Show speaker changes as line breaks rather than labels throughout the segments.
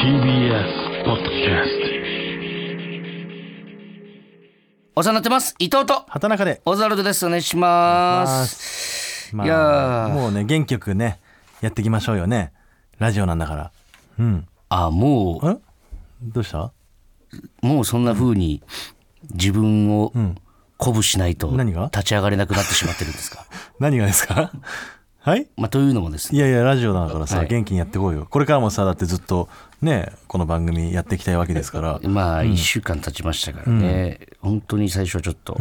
TBS ポッドキャス
お世話になってます。伊藤と、
畑中で
オズワルドです。お願いします。
す。まあ、
いやー
もうね元気よくねやっていきましょうよねラジオなんだからうん
あ、も
えどうした
う、もうそんな風に自分を
ん
鼓舞しないと
何が
立ち上がれなくなってしまってるんです か。
何がですか はい
まあ、というのもです
い
ね、
やいやラジオだからさ、
はい
元気にやってこうよこれからもさだってずっとねこの番組やっていきたいわけですから
まあ、1週間経ちましたからね、本当に最初はちょっと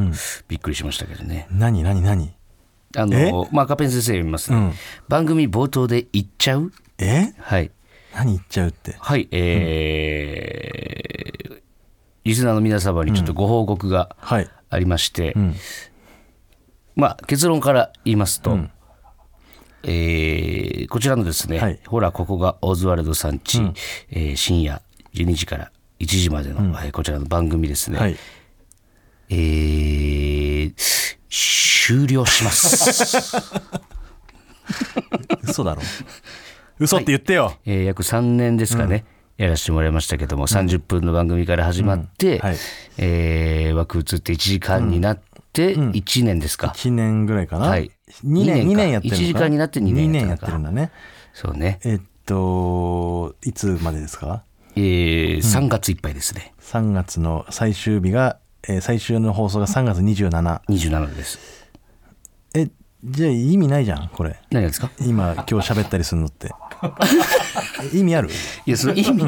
びっくりしましたけどね。
何何何
あ
え
の、まあ、赤ペン先生読みますね。番組冒頭で言っちゃう
え
はい。
何言っちゃうって
はい、えーリスナーの皆様にちょっとご報告が、
はい
ありまして、まあ結論から言いますと、えーこちらのですね、
はい
ほらここがオズワルドさんち、えー深夜12時から1時までの、えーこちらの番組ですね、
はい
えー終了し ます、
嘘 だろ嘘って言ってよ、
えー約3年ですかね、やらせてもらいましたけども30分の番組から始まって、
うんはい
えー枠移って1時間になって1年ですか、
一年ぐらいかな、
はい
2年
二年か
2年やってるのか
一時間になって二年
二
や
や
っ
ってて
る
る
の
ん
か
だね
そうね、
えっといつまでですか
えー3月いっぱいですね
3月の最終日が、えー最終の放送が3月27
27です
えじゃあ意味ないじゃんこれ
何がですか
今今日喋ったりするのってえ意味ある
いや、その意味、い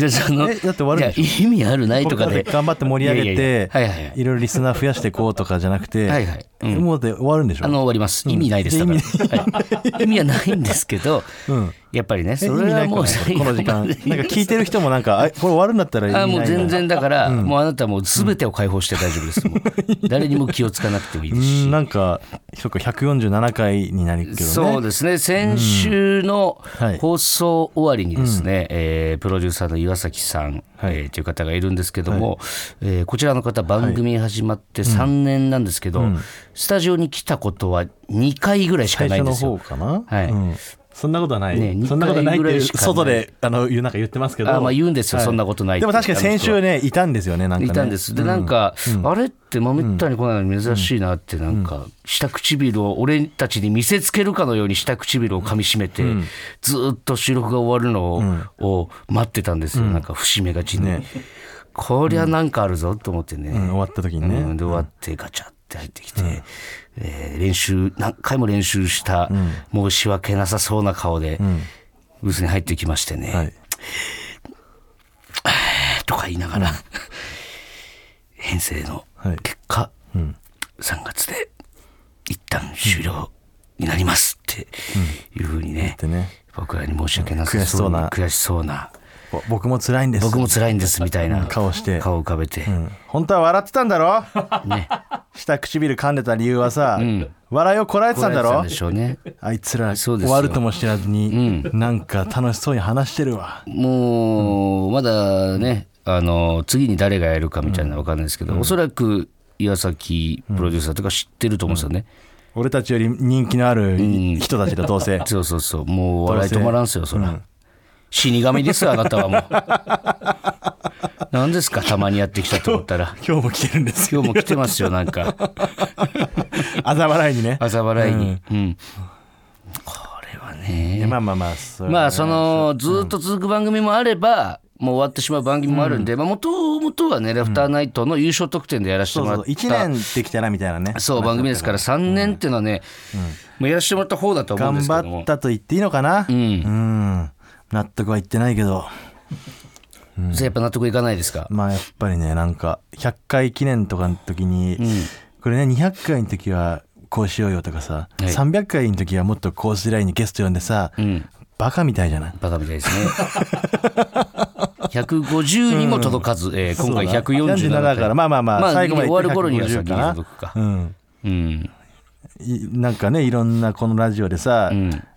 や、その、
えだって悪いでしょ
いや、意味あるないとかで。
頑張って盛り上げて
いやいやいやはいはいはい
ろいろリスナー増やしていこうとかじゃなくて
はいはいうん
えもうで終わるんでしょ
あの、終わります。意味ないです。だからはい意味はないんですけど、
ん
やっぱりね、
え意
それ
味な
はいも
こ
う、
れこの 時間なんか聞い
て
てる人もなんかあこれ終わるんだったら意味な
あ
い
も
な
う全然だから、もうあなたもう全てを解放して大丈夫です。も う誰にも気をつかなくてもいいうですし
ん。なんかそっか147回になるけどね
そうですね先週の
はい
放送終わりにですね、えープロデューサーの岩崎さん、
はい
えーという方がいるんですけども、えーこちらの方番組始まって3年なんですけど、スタジオに来たことは2回ぐらいしか
最
ないん
初
で
の
す
方
よ。
かな、
はい
うんそんなことはない、
ね
そんなことないって
二回ぐら
いう
いしかない
外であの言うなんか言ってますけど
あまあ言うんですよ、そんなことないって
でも確かに先週ねいたんですよねなんか
い
ね
たんです。で、なんか、あれって豆ったにこないの珍しいなって、なんか、下唇を俺たちに見せつけるかのように下唇を噛み締めて、ずーっと収録が終わるのを,、を待ってたんですよ。なんか、節目がちに。
ね
こりゃなんかあるぞと思ってね。
うん終わった時に
うん
ね
で、終わってガチャって入ってきて、えー練習、何回も練習した、申し訳なさそうな顔で、ブースに入ってきましてね。
はい
とか言いながら、編成の
はい
結果、3月で一旦終了になりますっていうふうにね、
でね
僕らに申し訳な
うん
さ
悔しそ
そうう
な
な悔しそうな
ぼ僕も辛いんです
僕も辛いんですみたいな
顔して
顔を浮かべて、
うん本当は笑ってたんだろ
ね
下唇噛んでた理由はさ、笑いをこらえてたんだ
怒ら
ろ
れてたでしょうね
あいつら
そ
終
うですよ
わるとも知らずに、なんか楽しそうに話してるわ
もう、まだね、あの、次に誰がやるかみたいなのわかんないですけど、おそらく岩崎プロデューサーとか知ってると思うんですよね。
俺たちより人気のある人たちだどう せ
そうそうそう、もう
どう
笑い
せ
止まらんすよ、そら。死神ですよ、あなたはもう。何ですか、たまにやってきたと思ったら。
今日も来てるんです
今
よ
日も来てますよ、なんか。
嘲笑いにね
朝笑いに。うん。これはね。
まあまあまあそれはね
まあそのずっと続く番組もあれば、もう終わってしまう番組もあるんで、まあ元々はね、レフターナイトの優勝得点でやらせて
そう
も
そ
ら
う
っ
そ
た
う。1年できたらみたいなね
そう、番組ですから、3年っていうのはね、もうやらせてもらった方だと思うんで
頑
すけども。
張ったと言っていいのかなうん、納得はいってないけど
それやっぱ納得いかないですか。
まあやっぱりねなんか100回記念とかの時に、これね200回の時はこうしようよとかさ、
い
300回の時はもっとこうすりゃいいにゲスト呼んでさ、バカみたいじゃない
バカみたいですね。150にも届かず、えー今回
そう
147
だ
回
だからまあまあまあ、
まあ
最後まで行って
終わる頃にはさ
150かな
ギリ届くか
うん、
うん。
いなんかねいろんなこのラジオでさ、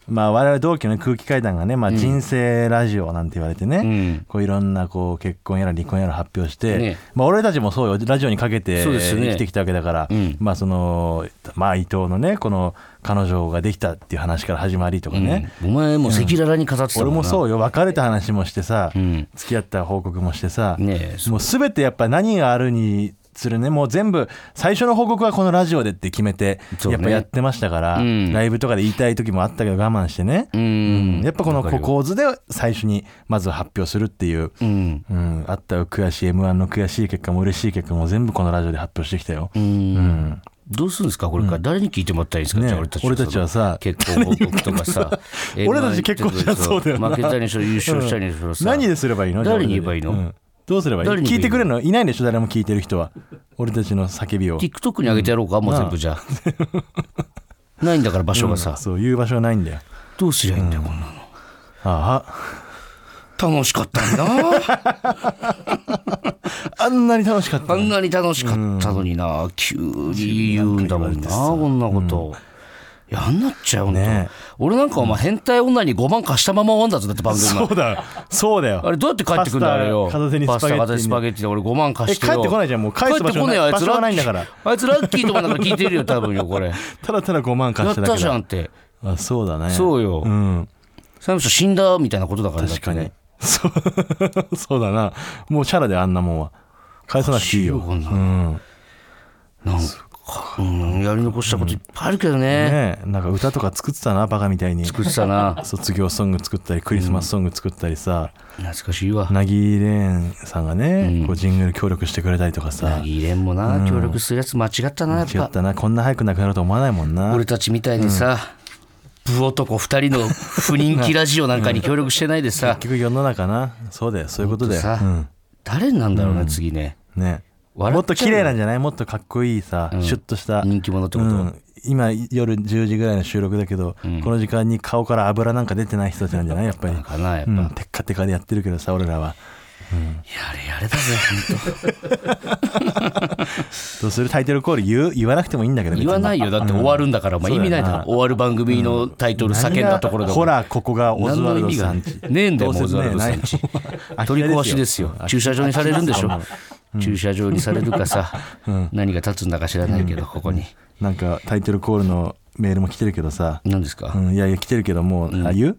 まあ、我々同期の空気階段がね、まあ、人生ラジオなんて言われてね、
ん
こういろんなこう結婚やら離婚やら発表して、
ね
まあ、俺たちもそうよラジオにかけて
そうですよね
生きてきたわけだから、
うん
まあ、そのまあ伊藤のねこの彼女ができたっていう話から始まりとかね、
うんお前も赤裸々に飾ってたも
俺
んな
もそうよ別れた話もしてさ、
ん
付き合った報告もしてさ、
ねえ
もう全てやっぱ何があるにするねもう全部最初の報告はこのラジオでって決めて、
そうね
やっぱやってましたから、
うん
ライブとかで言いたい時もあったけど我慢してね、
うん
やっぱこの
わかる
こ
よ
構図で最初にまず発表するっていう、
うん
うんあったよ悔しい m 1の悔しい結果も嬉しい結果も全部このラジオで発表してきたよ、
うんどうするんですかこれから誰に聞いてもらったらいいんですか、
ね
じゃあ俺たち
俺たちはさ
結婚報告とかさえー
俺たち結婚しなそうだよな
負けたにしろ優勝したにしろさ、
何ですればいいの
誰に言えばいいの、
じゃあ俺たちでうんどうすればいい
誰に言えばいいの
聞いてくれるのいないでしょ誰も聞いてる人は俺たちの叫びを
TikTok に上げてやろうか、もう全部じゃあないんだから場所がさ、
そういう場所がないんだよ
どうすりゃいいんだよ、こんな
ああ
の楽しかったんだ
あんなに楽しかった
あ
のに
んなに楽しかったのにな急に言うんだもんなこんなこと、いやあんなっちゃうね
ね
俺なんかお前変態女に5万貸したまま終わんだぞだって番組が
そうだよそうだよ
あれどうやって帰ってくんだあれよ
パスタ片手にスパゲッティに
パ片手にスパゲッティで俺5万貸してよ
え帰ってこないじゃんもう返す
帰
場所
ってこねえよあい
場
つ
所
ラ
が
ッ
ない
キ
んだから
ーあいつラッキーとかなんか聞いてるよ多分よこれ
ただただ5万
や
貸
っ
しただ
た
け
じゃ
だ
んって
あそうだね
そうよ
うん
最初死んだみたいなことだからだって
確かに
ね
そうそう だなもうチャラであんなもんは返さなくていいよ
おかしいよこんな
う
の
ん
なんかうんやり残したこといっぱいあるけどね
ねえなんか歌とか作ってたなバカみたいに
作ってたな
卒業ソング作ったりクリスマスソング作ったりさ
懐かしいわ
なぎれんさんがねこうジングル協力してくれたりとかさ
いいれんもな協力するやつ間違ったなやっ
違っ
ぱ
たなこんな早くなくなると思わないもんな
俺たちみたいにさブ男2人の不人気ラジオなんかに協力してないでさ
結局世の中なそうだよそういうことだよ、う
さ
ん
誰になんだろうな次ね
ね、
笑っちゃうよ
もっと綺麗なんじゃないもっとかっこいいさ、シュッとした
人気者ってこと
うん今夜10時ぐらいの収録だけど、この時間に顔から油なんか出てない人たちなんじゃないやっぱり
かなやっぱ
うん、テッカテカでやってるけどさ俺らは
やれやれだぜ本当
どうするタイトルコール言う言わなくてもいいんだけど
言わない
よ
よだって終わるんだから、お前意味ないだろ終わる番組のタイトル叫んだところで
ほらここがオズワルドさ
何の
ん
意味
ち
がねえんだよ
どうせ
もうオズワルドさんち
ねな い
取り壊しですよ駐車場にされるんでしょ駐車場にされるかさ、何が立つんだか知らないけど、ここに
なんかタイトルコールのメールも来てるけどさ、
何ですか、
うん、いやいや来てるけどもう、あ言う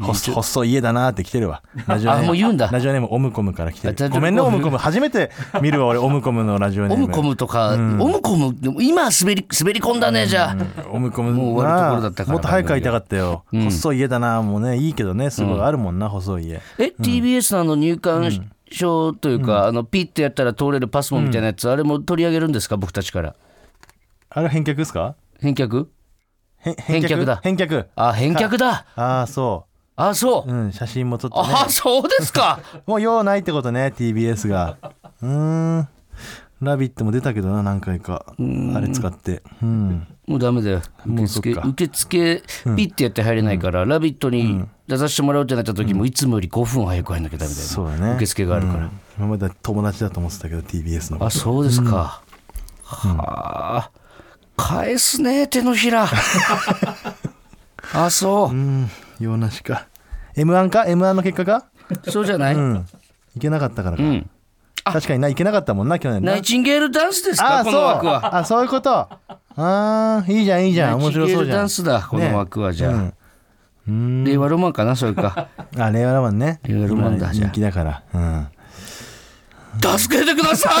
細細い家だなって来てるわ。ラジオネーム
あもう言うんだ
ラジオネームオムコムから来て
あじゃあ
る。ごめんね
オ
オ
ムコム
ムコム初めて見るわ俺オムコムのラジオネ
オ
ーム。
ムコムとか、オムコムでも今滑り滑り込んだねじゃあ、
オムコム
もう終わるところだったから
なあもっと早く会いたかったよ。
ん
細い家だなもうねいいけどねすごいあるもんな、細い家。
え TBS のあの入管証というか、あのピッてやったら通れるパスモみたいなやつ、あれも取り上げるんですか僕たちから
あれ返却ですか？
返却
へ
返却だ
返却。
あ返却だ
ああそ
あそう、
う。うん写真も撮ってね。
あそうです か
もう用ないってことね TBS が。うーん。ラビットも出たけどな何回かあれ使って。うん。
もうダメだよ受
もうそっ
付
か
受付ピッてやって入れないから「ラビット!」に出させてもらうってなった時もいつもより5分早く入んなきゃダメだよ
そうだね
受付があるから
うん今まで友達だと思ってたけど TBS の
あそうですかはあ返すね手のひ らあそ
うん用なしか M1 か M1 の結果か
うそうじゃない
うんいけなかったからか、
ん
確かにないけなかったもんな去年な
ナイチンゲールダンスです
あ
か
あ
この枠
そう
は
あそういうことああいいじゃんいいじゃん面白そうじゃん
ナイチンゲールダンスだこの枠はじゃあ令和ロマンかなそれ か
あ令和ロマンね
令和ロマンだ
今
じゃあ
人気だから、うん、
助けてください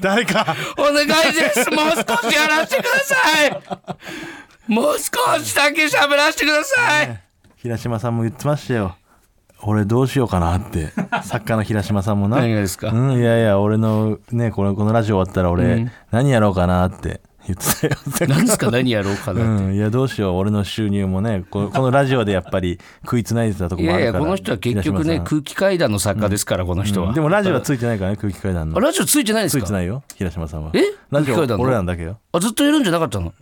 誰か
お願いですもう少しやらせてくださいもう少しだけ喋らせてください、
平島さんも言ってましたよ俺どうしようかなって 作家の平島さんもな
何がですか
うん、いやいや俺のねこのこのラジオ終わったら俺、何やろうかなって言ってたよ
何ですか何や ろうかなって、
うん、いやどうしよう俺の収入もねここのラジオでやっぱり食いつないでたとこ
い
も
や
あ
い
る
や
から
この人は結局
平
ね
島さん
空気階段の作家ですから、この人は
でもラジオはついてないからね空気階段
あ
の
ラジオついてないんで
つ
す
いて
か
ないよ平島さんは
え
ラジ
空気階
オ
段の
俺らのだけよ
あずっといるんじゃなかったの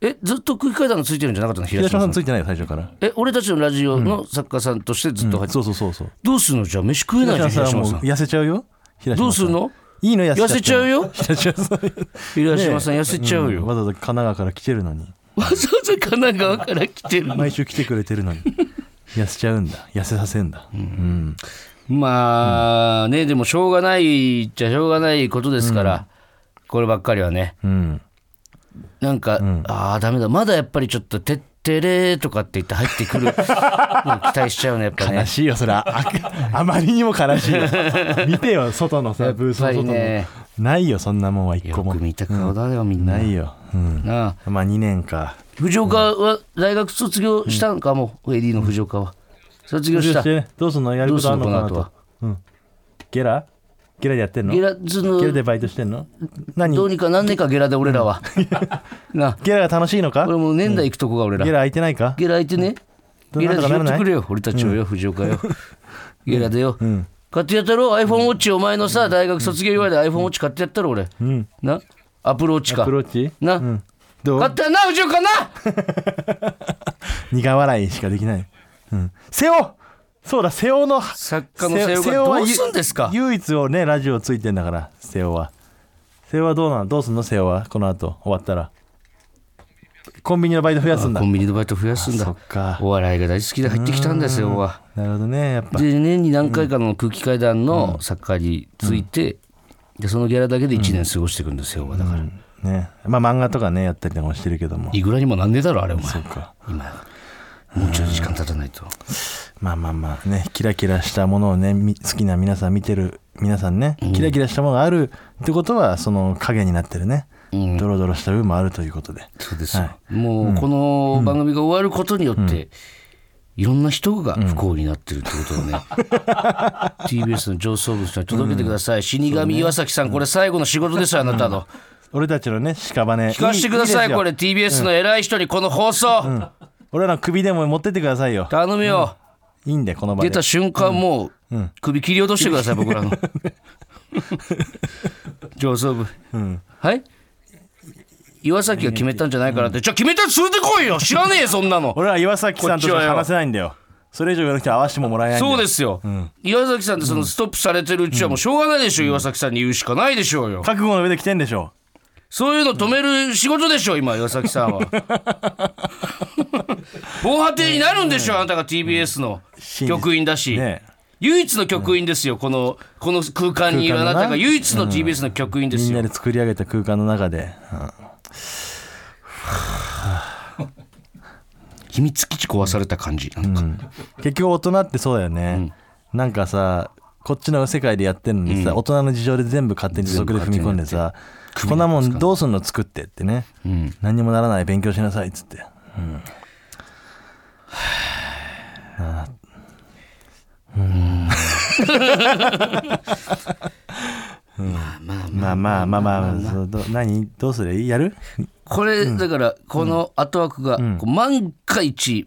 えずっと空気階段がついてるんじゃなかったの
平
平島
島さ
さ
ん
ん
ついてないよ最初から
え俺たちのラジオの作家さんとしてずっと入って、
そうそうそうそう
どうするのじゃあ飯食えないじゃん平
平島さん
島
は
さ
もうん痩せちゃうよ平島さん
どうするの
いいの痩
痩せ
せ
ち
ちゃ
ゃ
う
うよ
平島さん
平島さん痩せちゃうよ、
わざわざ神奈川から来てるのに
わざわざ神奈川から来てるの
毎週来てくれてるのに痩せちゃうんだ痩せさせんだ、
まあねでもしょうがないっちゃしょうがないことですから、こればっかりはね
うん、
なんか、ああダメだまだやっぱりちょっと「てってれ」とかって言って入って くるのを期待しちゃうねやっぱね
悲しいよそ れはああまりにも悲しいよ見てよ外のさブースの外の、
やっぱりね
ないよそんなもんは一個
よ
も
く見た顔だよみんな,、
ないよ、うん、
なあ
まあ2年か
藤岡は大学卒業したんかもう AD の藤岡は卒業した
卒業してどうすんのやる
どう
こ
す
とあ
る
んの
こ
か
の
な
後
と
は
ゲラゲラでやってんの
ゲ
ゲラ
ラズの
でバイトしてんの何
どうにかなんねえかゲラで俺ら はなあ
ゲラが楽しいのか
俺もう年代行くとこが俺ら
ゲラ空いてないか
ゲラ開いてね。
どう
ゲラ
なん
で
とか
拾
なら
っ
な
て
い
くれよ、俺たちをよ、藤岡よ。ゲラでよ。買ってやったろ、iPhone ウォッチ、お前のさ、大学卒業祝いで iPhone ウォッチ買ってやったろ、俺。な、アプローチか
アプ。ローチ
な、
ど
買っ
う
たよな、藤岡な
苦笑いしかできない、うん、瀬尾そうだ瀬尾の
作家の瀬尾がどうすんですか
ゆ唯一をねラジオついてんだから瀬尾は瀬尾はどうなんどうすんの瀬尾はこの後終わったらコンビニのバイト増やすんだ
コンビニのバイト増やすん
あそ
だ
っか。
お笑いが大好きで入ってきたんですよ、は。
なるほどねやっぱ
で、年に何回かの空気階段の作家について、でそのゲラだけで1年過ごしていくんですよ、はだから。
ねまあ漫画とかねやったりとかもしてるけども
いくらにもなんねえだろ、あれ、お前。
か
今、もうちょい時間経たないと。
まあまあまあねキラキラしたものをねみ好きな皆さん見てる皆さんねキラキラしたものがあるってことはその影になってるね、ドロドロした部分もあるということで
そうですよ、
は
もうこの番組が終わることによって、いろんな人が不幸になってるってことを ね、TBS の上層部の人に届けてください、死神岩崎さんこれ最後の仕事ですよあなたの、
俺たちのね屍
聞かせてください
いいいいですよ
これ TBS の偉い人にこの放送、
俺らの首でも持ってってくださいよ
頼むよ、
いいんでこの場で
出た瞬間もう、首切り落としてください僕ら の上層部、はい岩崎が決めたんじゃないからって、じゃあ決めたら連れてこいよ知らねえよそんなの
俺ら岩崎さんとし
こっ
か
ちはよ
話せないんだよそれ以上言わなくて合わせてももらえないんだよ
そうですよ、岩崎さんってそのストップされてるうちはもうしょうがないでしょ、岩崎さんに言うしかないでしょうよ
覚悟の上で来てんでしょ
そういうの止める仕事でしょ今岩崎さんは 防波堤になるんでしょあなたが TBS の局員だし、
ね
唯一の局員ですよこのこの空間にいるあ
空間
な
のな
たが唯一の TBS の局員で
み
す
ん
よ、
なで作り上げた空間の中で、
秘密基地壊された感じなんか、
結局大人ってそうだよね、なんかさこっちの世界でやってるのにさ、大人の事情で全部勝手にそこで踏み込んでさこんなもんどうすんの作ってってね、何にもならない勉強しなさいっつって、うん、まあまあまあまあそうど何どうするやる
これ、だからこの後枠が、こう万が一、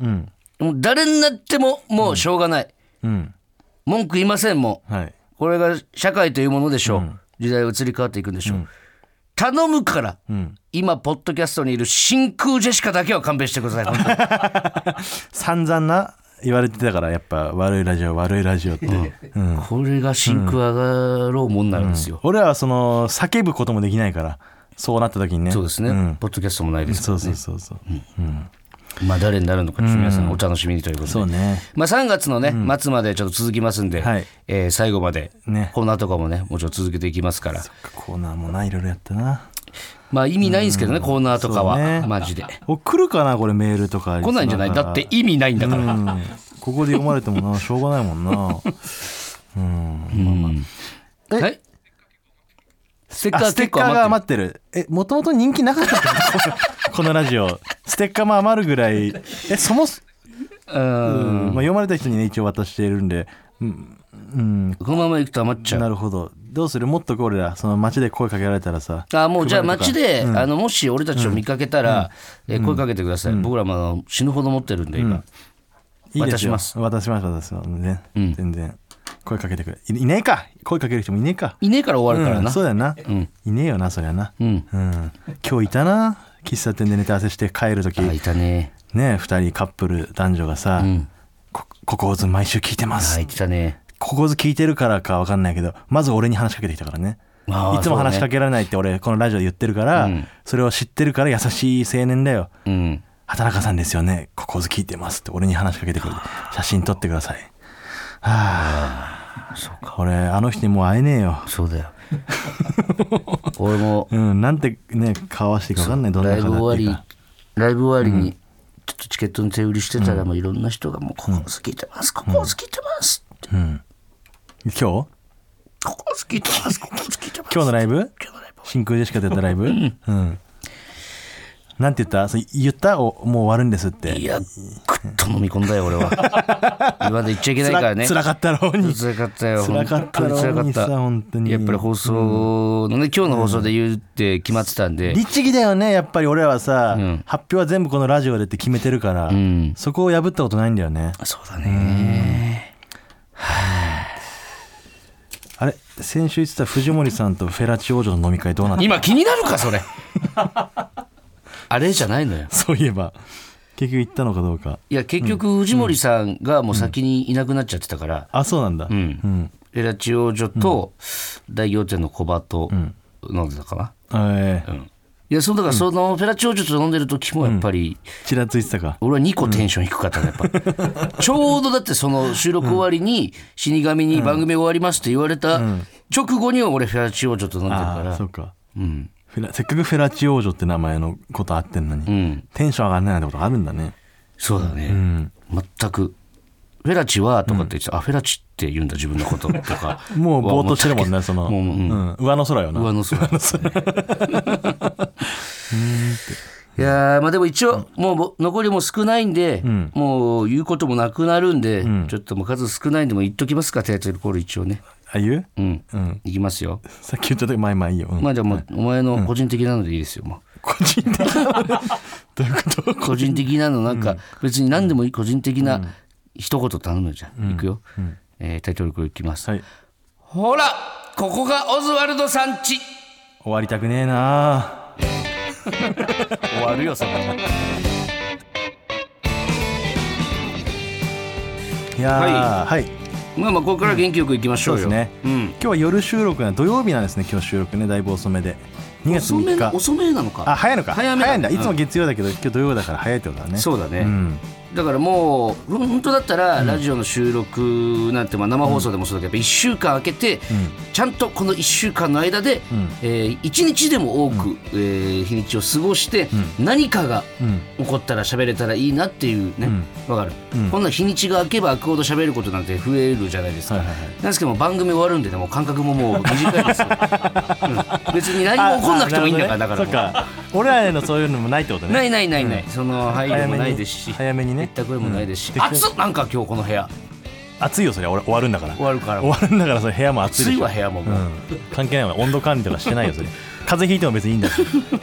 もう誰になってももうしょうがない、
うん
文句言いませんもう
はい
これが社会というものでしょう、時代は移り変わっていくんでしょう、頼むから、今ポッドキャストにいる真空ジェシカだけは勘弁してください本当に
散々な言われてたからやっぱ悪いラジオ悪いラジオ って、
これが真空上がろうもんなんですよ、
俺らはその叫ぶこともできないからそうなった時にね
そうですね、
ん
ポッドキャストもないです
そうそうそうそう、
まあ誰になるのかちょっと皆さんお楽しみにということで、
そうね
まあ、3月のね、末までちょっと続きますんで、
はい
えー最後まで
ね
コーナーとかもねもちろん続けていきますから、
コーナーもないろいろやったな
まあ意味ないんですけどね、コーナーとかは、
そうね
マジで
お来るかなこれメールとか
来ないんじゃないだって意味ないんだから、
うんここで読まれてもなしょうがないも んな
はいステッカ
あ
ー
ステッ
結
カ
構
ーが余
余っ
ってるえもともと人気なかったの このラジオステッカーも余るぐらいえそもそ
てるうん
まあ、読まれた人にね一応渡しているんで
このままいくと余っちゃ
な
う
るほどどうするもっとこう俺らその街で声かけられたらさ
あもうじゃあ街で、あのもし俺たちを見かけたら、えー声かけてください、僕らもあの死ぬほど持ってるんで今、
いいです
渡し
よ
ます
渡します渡しますね、全然声かけてくれいいねえか声かける人もいねえか
いねえから終わるから
う
な、
んそうだよな、いねえよなそりゃなうん、今日いたな喫茶店でネタ合わせして帰る時
あいたね
ね二人カップル男女がさ、こここず毎週聞いてます、
あいてたね
ここず聞いてるからか分かんないけどまず俺に話しかけてきたからね
あー
いつも話しかけられないって俺このラジオで言ってるから、
うん
それを知ってるから優しい青年だよ
うん
畑中さんですよねここず聞いてますって俺に話しかけてくる写真撮ってくださいはあ俺あの人にもう会えねえよ
そうだよ 俺も
うんなんてね顔合わせていいか分かんないどんな
ライ
顔
ブ
だって
終
いう
わ
か
りライブ終わりにちょっとチケットの手売りしてたらもういろんな人がもうここ好きてますここ好きてますって
今日今
ここ好きてますここ好きてます
日のライブ
今日のライブ
真空ジェシカでやったライブうん、なんて言ったそれ言ったおもう終わるんですって
いやぐっと飲み込んだよ俺は 今まで言っちゃいけないからね
つらかったろうに
辛かったよ。
辛かったろうに
本当に辛かっ
さ
た。
本当に
やっぱり放送のね、今日の放送で言うって決まってたんで。
律儀だよねやっぱり俺らはさ、発表は全部このラジオでって決めてるから、
ん
そこを破ったことないんだよね
そうだね。
あれ先週言ってた藤森さんとフェラチ王女の飲み会どうなった
今気になるか、そ れ。あれじゃないのよ。
そういえば結局行ったのかどうか
いや、結局、藤森さんがもう先にいなくなっちゃってたから、
あそうなんだ、
うん。エラチ王女と、大行店の小バと飲んでたかな。
ええ
いや、その、だから、その、フェラチ王女と飲んでる時も、やっぱり、
ちらついてたか
俺は2個テンション低かったね、やっぱ。 ちょうどだってその収録終わりに死神に番組終わりますって言われた直後に俺フェラチオちょっと飲んでるか
ああ
ら
そ。うか
うん。
フェラせっかくフェラチ王女って名前のことあってんのに、
うん。
テンション上がんないなんてことあるんだね。
そうだね。全く。フェラチはとかって言ってた、あ、フェラチって言うんだ自分のこととか
もうぼーっとしてるもんねそ の、
もううん
ん上の空よな
上の 空。いやーまあでも一応もうぼ残りも少ないんで、もう言うこともなくなるんで、ちょっともう数少ないんでも言っときますかタイトルコール一応ね
あいう
うん、
うん
いきますよ
さっき言った時まあまあいいよ、うん
まあじゃあもうお前の個人的なのでいいですよ、もう
個人的な どういうこと
個人的なのなんか別に何でもいい個人的な一言頼むじゃん、いくよ、えータイトルコールいきます、
はい
ほらここがオズワルドさんち
終わりたくねえな
終わるよそれ
いやーはい、
まあまあここから元気よくいきまし
そ
ょう
うで
よ、
すね、
うん
今日は夜収録な土曜日なんですね今日収録ねだいぶ遅めで2月
遅め
3日
遅めなのか
あ早いのか
早め
いんだいつも
うん
月曜だけど、今日土曜だから早いってことだね
そううだね、
ん、
だからもうほん本当だったらラジオの収録なんて、まあ、生放送でもそうだけど1週間空けて、ちゃんとこの1週間の間で、
ん
え1日でも多く、えー日にちを過ごして、何かが
うん、
起こったら喋れたらいいなっていうねわ、かる、
うん
こんな日にちが空けば空くほど喋ることなんて増えるじゃないですか、
はいはいはい
なんですけども番組終わるんでねもう感覚ももう短い ですよ、うん別に何も起こんなくてもいいんだから、だ
あ
か
な
らも
るほ
う
どねそっか俺らへのそういうのもないってことね
ないないないない、その配慮もないですし
早めにね
減った声もないですし、
うん
暑っなんか今日この部屋
暑いよそれ俺終わるんだから
終わるから
終わるんだからそれ部屋も暑いで
暑
し
い
ょ
わ部屋ももう、
うん関係ないわ温度管理とかしてないよそれ風邪ひいても別にいいんだ し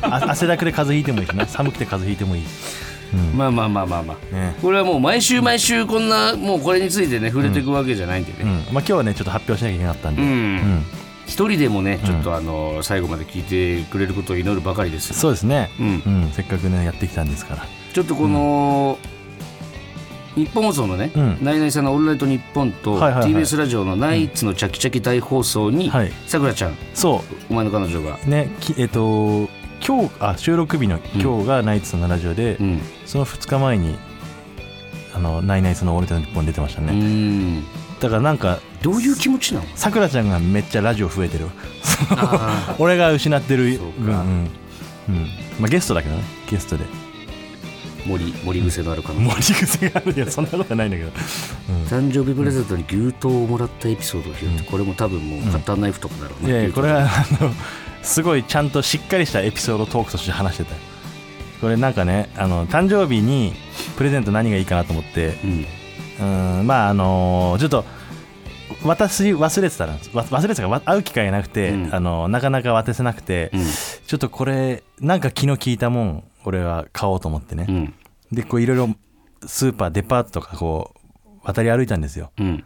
あ汗だくで風邪ひいてもいいしな寒くて風邪ひいてもいいし
まあまあまあまあまあ、
ね
これはもう毎週毎週こんなもうこれについてね触れていくわけじゃないんで
うん
ね
まあ今日はねちょっと発表しなきゃいけなかったんで、
うん、
うん
一人でもねちょっとあの最後まで聞いてくれることを祈るばかりですよ
そうですね、
うん
うん、せっかくねやってきたんですから
ちょっとこの、日本放送のね、
うん
ナイナイさんの「オールナイトニッポン」と
はいはいはい
TBS ラジオの「ナイツのチャキチャキ大放送」に
はい
さくらちゃん
そ
お前の彼女が、
うねきえっ、と今日あ収録日の今日がナイツのラジオで、
うん
その2日前にあのナイナイツの「オールテの日本」出てました
う
ね、
ん
だからなんか
どういう気持ちなの
さくらちゃんがめっちゃラジオ増えてる
あ
俺が失ってる
そう
うん、う
か
んうんまあ、ゲストだけどねゲストで
ー森森癖のある彼女
盛り癖があるいやそんなことはないんだけど
誕生日プレゼントに牛刀をもらったエピソードを拾って、これも多分もうカッターナイフとかだろう
い
ね、
やいや
牛
こ
刀
れはあのすごいちゃんとしっかりしたエピソードトークとして話してたこれなんかねあの誕生日にプレゼント何がいいかなと思って
うん
うんまああのちょっと私忘れてたらわ忘れてたからわ会う機会がなくて、
うん
あのなかなか渡せなくて、
うん
ちょっとこれなんか昨日聞いたもん俺は買おうと思ってね、
うん
でこういろいろスーパーデパートとかこう渡り歩いたんですよ
うん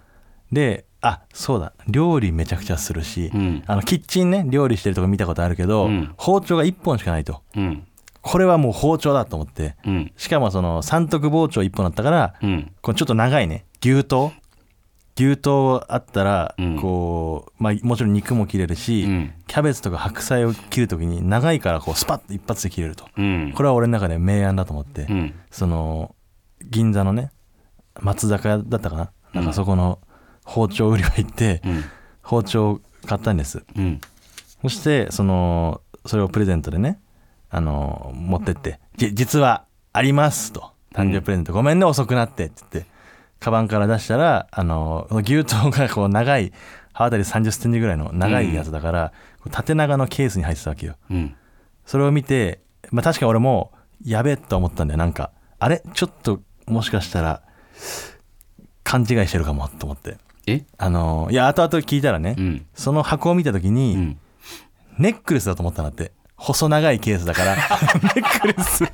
であそうだ料理めちゃくちゃするし、
うん
あのキッチンね料理してるとこ見たことあるけど、
うん
包丁が1本しかないと
うん
これはもう包丁だと思って、
うん
しかもその三徳包丁一本だったから、
うん
このちょっと長いね牛刀牛刀あったら、
うん
こう、まあ、もちろん肉も切れるし、
うん
キャベツとか白菜を切るときに長いからこうスパッと一発で切れると、
うん
これは俺の中で名案だと思って、
うん
その銀座のね松坂屋だったかな,、なんかそこの包丁売り場行って、
うん
包丁を買ったんです
うん
そしてそのそれをプレゼントでねあの持ってって「じ実はあります」と「誕生日プレゼント、ごめんね遅くなって」って言ってカバンから出したらあの牛刀がこう長い刃渡り3 0センチぐらいの長いやつだから、こう縦長のケースに入ってたわけよ
うん
それを見て、まあ、確かに俺もやべえと思ったんだよなんかあれちょっともしかしたら勘違いしてるかもと思って
え
あのいや後々聞いたらね、
うん
その箱を見た時に、
うん
ネックレスだと思ったんだって。細長いケース だから。 ネックレス。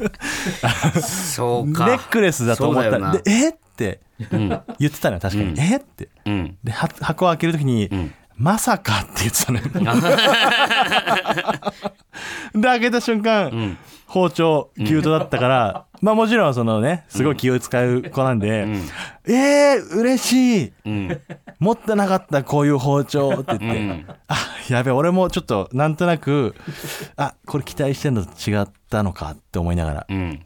ネ
そうか
ックレスだと思っ
そ
た
うだよ
ん
な
で、えって
うん
言ってたのよ、確かに。えって。
うん
で、は箱を開けるときに、
ん
まさかって言ってたのよ。 で、開けた瞬間、
ん
包丁、牛刀だったから、まあもちろんそのね、すごい気を使う子なんで、えー、嬉しい
うん
持ってなかったこういう包丁って言って、あやべ俺もちょっとなんとなくあこれ期待してんのと違ったのかって思いながら
う、ん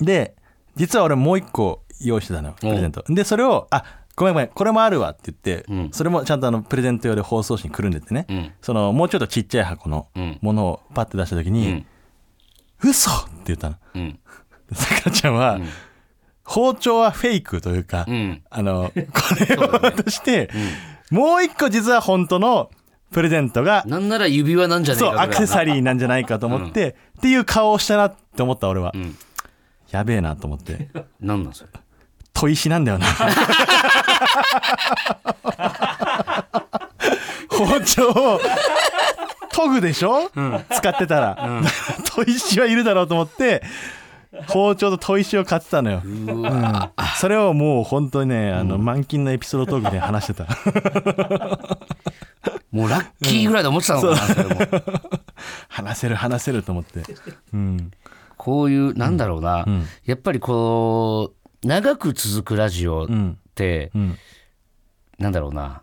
で実は俺もう一個用意してたのよプレゼントでそれをあごめんごめんこれもあるわって言って、
うん
それもちゃんとあのプレゼント用で包装紙にくるんでってね、
うん
そのもうちょっとちっちゃい箱の
うん
ものをパッて出した時に「嘘!」って言ったの
うん
でさかちゃんは、包丁はフェイクというか、
うん
あの、 これを渡して、もう一個実は本当のプレゼントが、
なんなら指輪なんじゃねえ
そ
か
う、アクセサ
リー
リーなんじゃないかと思って、っていう顔をしたなって思った俺は。
ん
やべえなと思って。
なんなんそれ
砥石なんだ よな。包丁を研ぐでしょ、使ってたら、 砥石はいるだろうと思って包丁と砥石を買ってたのよ、うんそれをもう本当にねあの満勤のエピソードトークで話してた
もうラッキーぐらいで思ってたのかなそれも
話せる話せると思って
こういう、なんだろうな、やっぱりこう、長く続くラジオって、
ん
なんだろうな、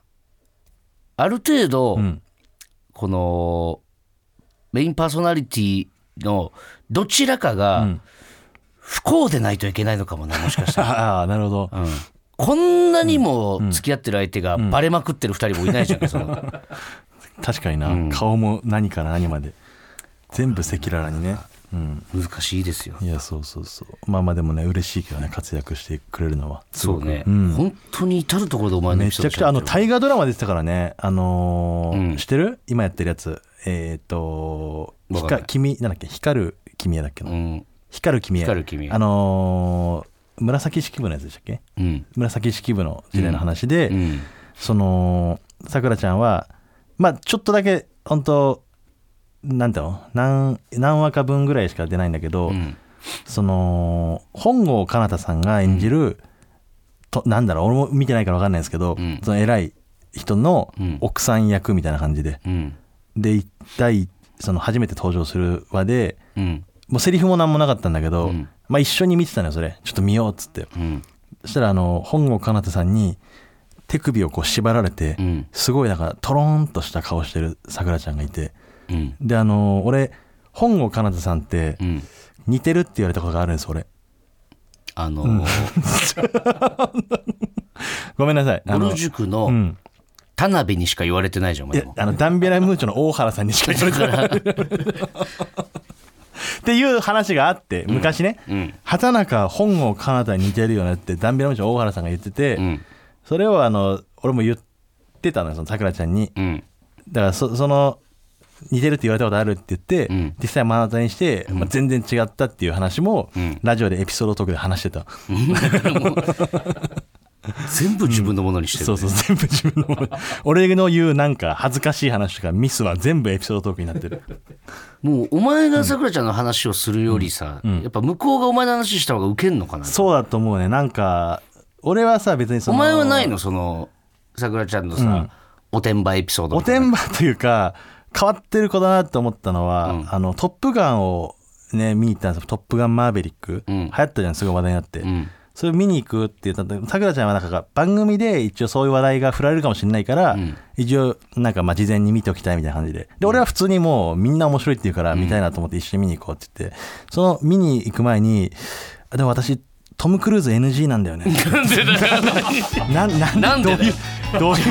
ある程度、
ん
この、メインパーソナリティのどちらかが
ん
不幸でないといけないのか もな、もしかしたら。
ああなるほど、
うんこんなにも付き合ってる相手がバレまくってる2人もいないじゃん、その
確かにな、顔も何から何まで全部赤裸々にね、うん、
難しいですよ。
いやそうそうそうまあまあでもね嬉しいけどね活躍してくれるのは
そうね、本当に至るところでお前のエ
め
ピソ
ち
ー
ゃ
ド
くちゃあの
喋って
大河ドラマ出てたからねあのー
うん
知ってる今やってるやつえっ、と
わかんない
ひか君なんだっけ光る君やだっけ
る
な、
うん
光る君や
光る君へ
あのー紫式部のやつでしたっけ
うん
紫式部の時代の話で、
うん
そのさくらちゃんはまあちょっとだけ本当なんていうの何何話か分ぐらいしか出ないんだけど、
うん
その本郷奏多さんが演じる、となんだろう俺も見てないから分かんないですけど、
うん
その偉い人の
うん
奥さん役みたいな感じで、
うん
で一体その初めて登場する話で
うん
もうセリフも何もなかったんだけど、
うん
まあ、一緒に見てたのよそれちょっと見ようっつって
うん
そしたらあの本郷奏多さんに手首をこう縛られて、
うん
すごいなんかトローンとした顔してるさくらちゃんがいて
うん
であの俺本郷奏多さんって
うん
似てるって言われたことがあるんです俺
あの
ごめんなさいあ
ぼ
の
る塾
う
の
ん、
田辺にしか言われてないじゃんお
い
前
や
も
あのダンベラムーチョの大原さんにしか言われてないっていう話があって昔ね、
うん
畑中本郷奏多に似てるよねってダンベラムーチョの大原さんが言ってて、
うん
それをあの俺も言ってたのよそのさくらちゃんに
うん
だからそその似てるって言われたことあるって言って、
うん
実際目の当たりにして、まあ、全然違ったっていう話も、
ん
ラジオでエピソードトークで話してた、
全部自分のものにして
そう
る
そう全部自分のもの俺の言うなんか恥ずかしい話とかミスは全部エピソードトークになっ てる
もうお前がさくらちゃんの話をするよりさやっぱ向こうがお前の話した方がウケんのかな
そうだと思うねなんか俺はさ別にそ
お
の
前はないのそのさくらちゃんのさおてんばエピソード
お
みたい
て
なん
ばというか変わってる子だなと思ったのは、あの「トップガン」をね、見に行ったんですよ「トップガンマーベリック」
ん
流行ったじゃんすごい話題になって、
ん
それ見に行くって言ったんださくらちゃんはなんか番組で一応そういう話題が振られるかもしれないから、一応なんかまあ事前に見ておきたいみたいな感じでで俺は普通にもうみんな面白いって言うから見たいなと思って一緒に見に行こうって言ってその見に行く前に「あでも私トム・クルーズ NG な んだよね」なな
なんでだよ
どういうどういう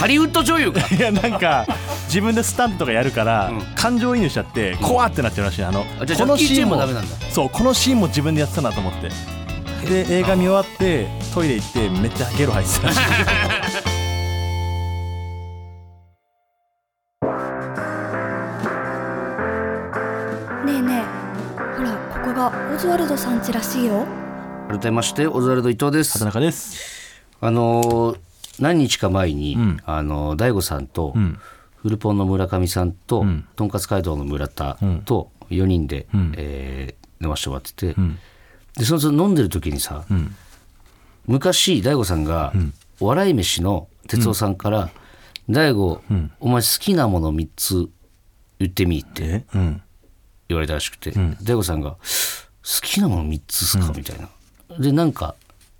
ハリウッド女優か
いやなんか自分でスタントとかやるから、
ん
感情移入しちゃって怖ってなってるらしいあの
あじゃあジャッキーチェンもダメなんだ
そうこのシーンも自分でやってたなと思ってで映画見終わってトイレ行ってめっちゃゲロ吐いてたら しい
ねえねえほらここがオズワルドさん家らしいよ
改めましてオズワルド伊藤です
畑中です
あのー何日か前に、
ん
あのー大悟さんと、
ん
フルポンの村上さんと、
ん
とんかつ街道の村田と4人で、
ん
えー飲ませてもらってて、
ん
でそのその飲んでる時にさ、
ん
昔大悟さんが、お笑い飯の哲夫さんから「大悟、お前好きなもの3つ言ってみ」って
えうん
言われたらしくて、大悟さんが「好きなもの3つっすか?」みたいな。でなんか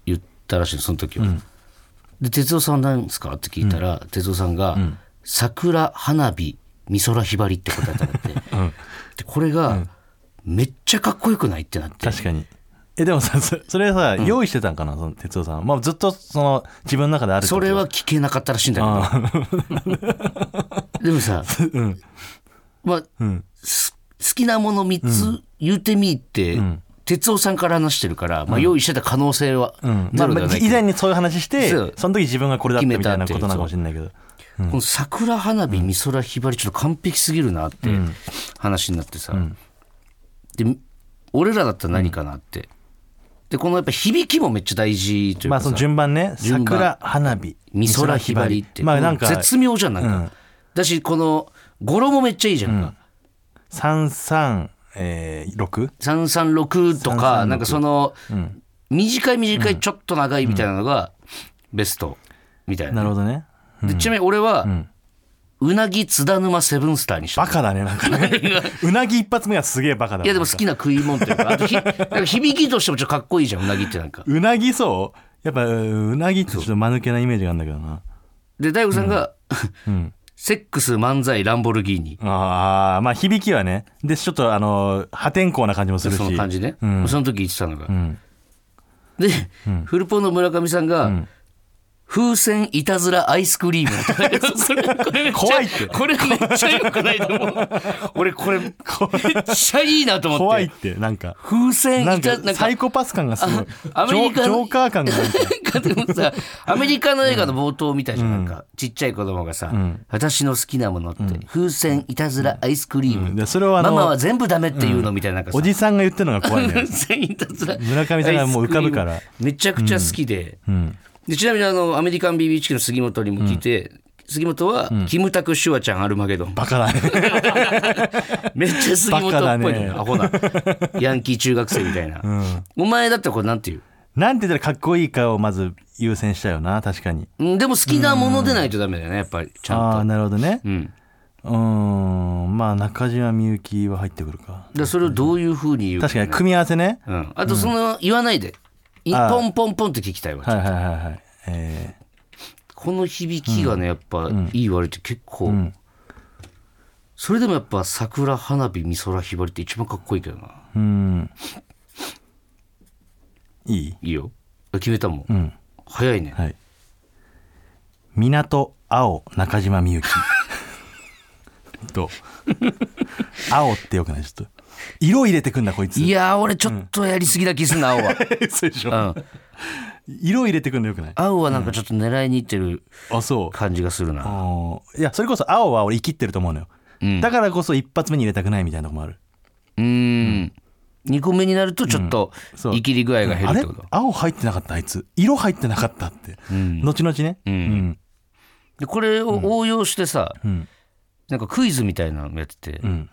言ったらしいのその時は。で哲夫さんなんですかって聞いたら、哲夫さんが、桜花火美空ひばり」って答えたの って、でこれが、めっちゃかっこよくないってなって
確かにえでもさそそれさ、用意してたんかなその哲夫さん、まあ、ずっとその自分の中であるって
そ
こと
れは聞けなかったらしいんだ
あ
けどでもさ、まあ、す好きなもの3つ言うてみーって、哲夫さんから話してるから、まあ、用意してた可能性は
うんま
ゼ
あ
ロで
ま
は
あ
ないけ
以
ど、
前にそういう話して
そう
その時自分がこれだったみたいなことなのかもし
決
れないけど
この桜花火美空ひばりちょっと完璧すぎるなって話になってさ、で俺らだったら何かなって、でこのやっぱ響きもめっちゃ大事という
まあ
かさ、
その順番ね
順番
桜花火
美空ひばりって、
まあなんか
絶妙じゃんなんか、
うん
だしこの語呂もめっちゃいいじゃんか、
三三えー六
336とか
336
なんかその、短い短いちょっと長いみたいなのがベストみたいな
なるほどね。
でちなみに俺は、うなぎ津田沼セブンスターにした
バカだねなんか ね。うなぎ一発目はすげえバカだ。
いやでも好き
な。
な食い物というか、 あとひなんか響きとしてもちょっとかっこいいじゃん、うなぎってなんか。
うなぎそうやっぱうなぎってちょっと間抜けなイメージがあるんだけどな。
で、大悟さんが、
ん
セックス、漫才、ランボルギーニ。
ああまあ響きはね。でちょっとあの破天荒な感じもするし。
その感じね。
うん
その時言ってたのが。
うん。
で、フルポンの村上さんが、風船、いたずら、アイスクリーム。これこれめっちゃ
怖いって
これめっちゃ良くないと思 う。俺これ、めっちゃいいなと思って。
怖いってなんか。
風船、
なん
いた
か
なん
サ
か
イコパス感がすごい。ジ
あアメリ
ョ
カ
ージョーカー感が なんか。
なんかでもさアメリカの映画の冒頭みたいじゃん、なんかちっちゃい子供がさ、私の好きなものって、風船いたずらアイスクリーム、
うんでそれはあの
ママは全部ダメって言うのみたいななんかさ、
おじさんが言ってるのが怖いね
風。船いたずら
村上さんがもう浮かぶか
ア
ら
イスクリームめちゃくちゃ好きで,、
ん
でちなみにあのアメリカン BBQ の杉本にも聞いて、杉本は、キムタクシュワちゃんアルマゲドン
バカだね。
めっちゃ杉本っぽいのよ、ア
バ
ホなヤンキー中学生みたいな、お前だったらこれなんて言う
なんて言ったらかっこいいかをまず優先したよな確かに。
うんでも好きなものでないとダメだよねやっぱりち
あ
ゃん
あ
と。
なるほどね。
うん、
うーんまあ中島みゆきは入ってくるか
でそれをどういうふうに言う
確かに
かね
組み合わせね
うん、あとその言わないで、い
あー
ポンポンポンって聞きたいわ、
はいはいはいはいえ
この響きがねやっぱいい割って結構、それでもやっぱ桜花火美空ひばりって一番かっこいいけどな
ー、うんいい
いいよ決めたもん、
ん
早いね、
はい港青中島みゆき どう青ってよくないちょっと色入れてくんだこいつ
いやー俺ちょっとやりすぎだ気すんな青は、
嘘でし
う
ょ
ん、
色入れてくんだよくない
青はなんかちょっと狙いにいってる
あそう
感じがするな、
あーいやそれこそ青は俺生きってると思うのよ、
うん、
だからこそ一発目に入れたくないみたいなとこもある
うーん。2個目になるとちょっと
そう
生きり具合が減
あ
るっ
れ
てこと。
青入ってなかったあいつ色入ってなかったって、
ん
後々ね、
うん
ん
でこれを応用してさ、
うん
なんかクイズみたいなのやってて、
うん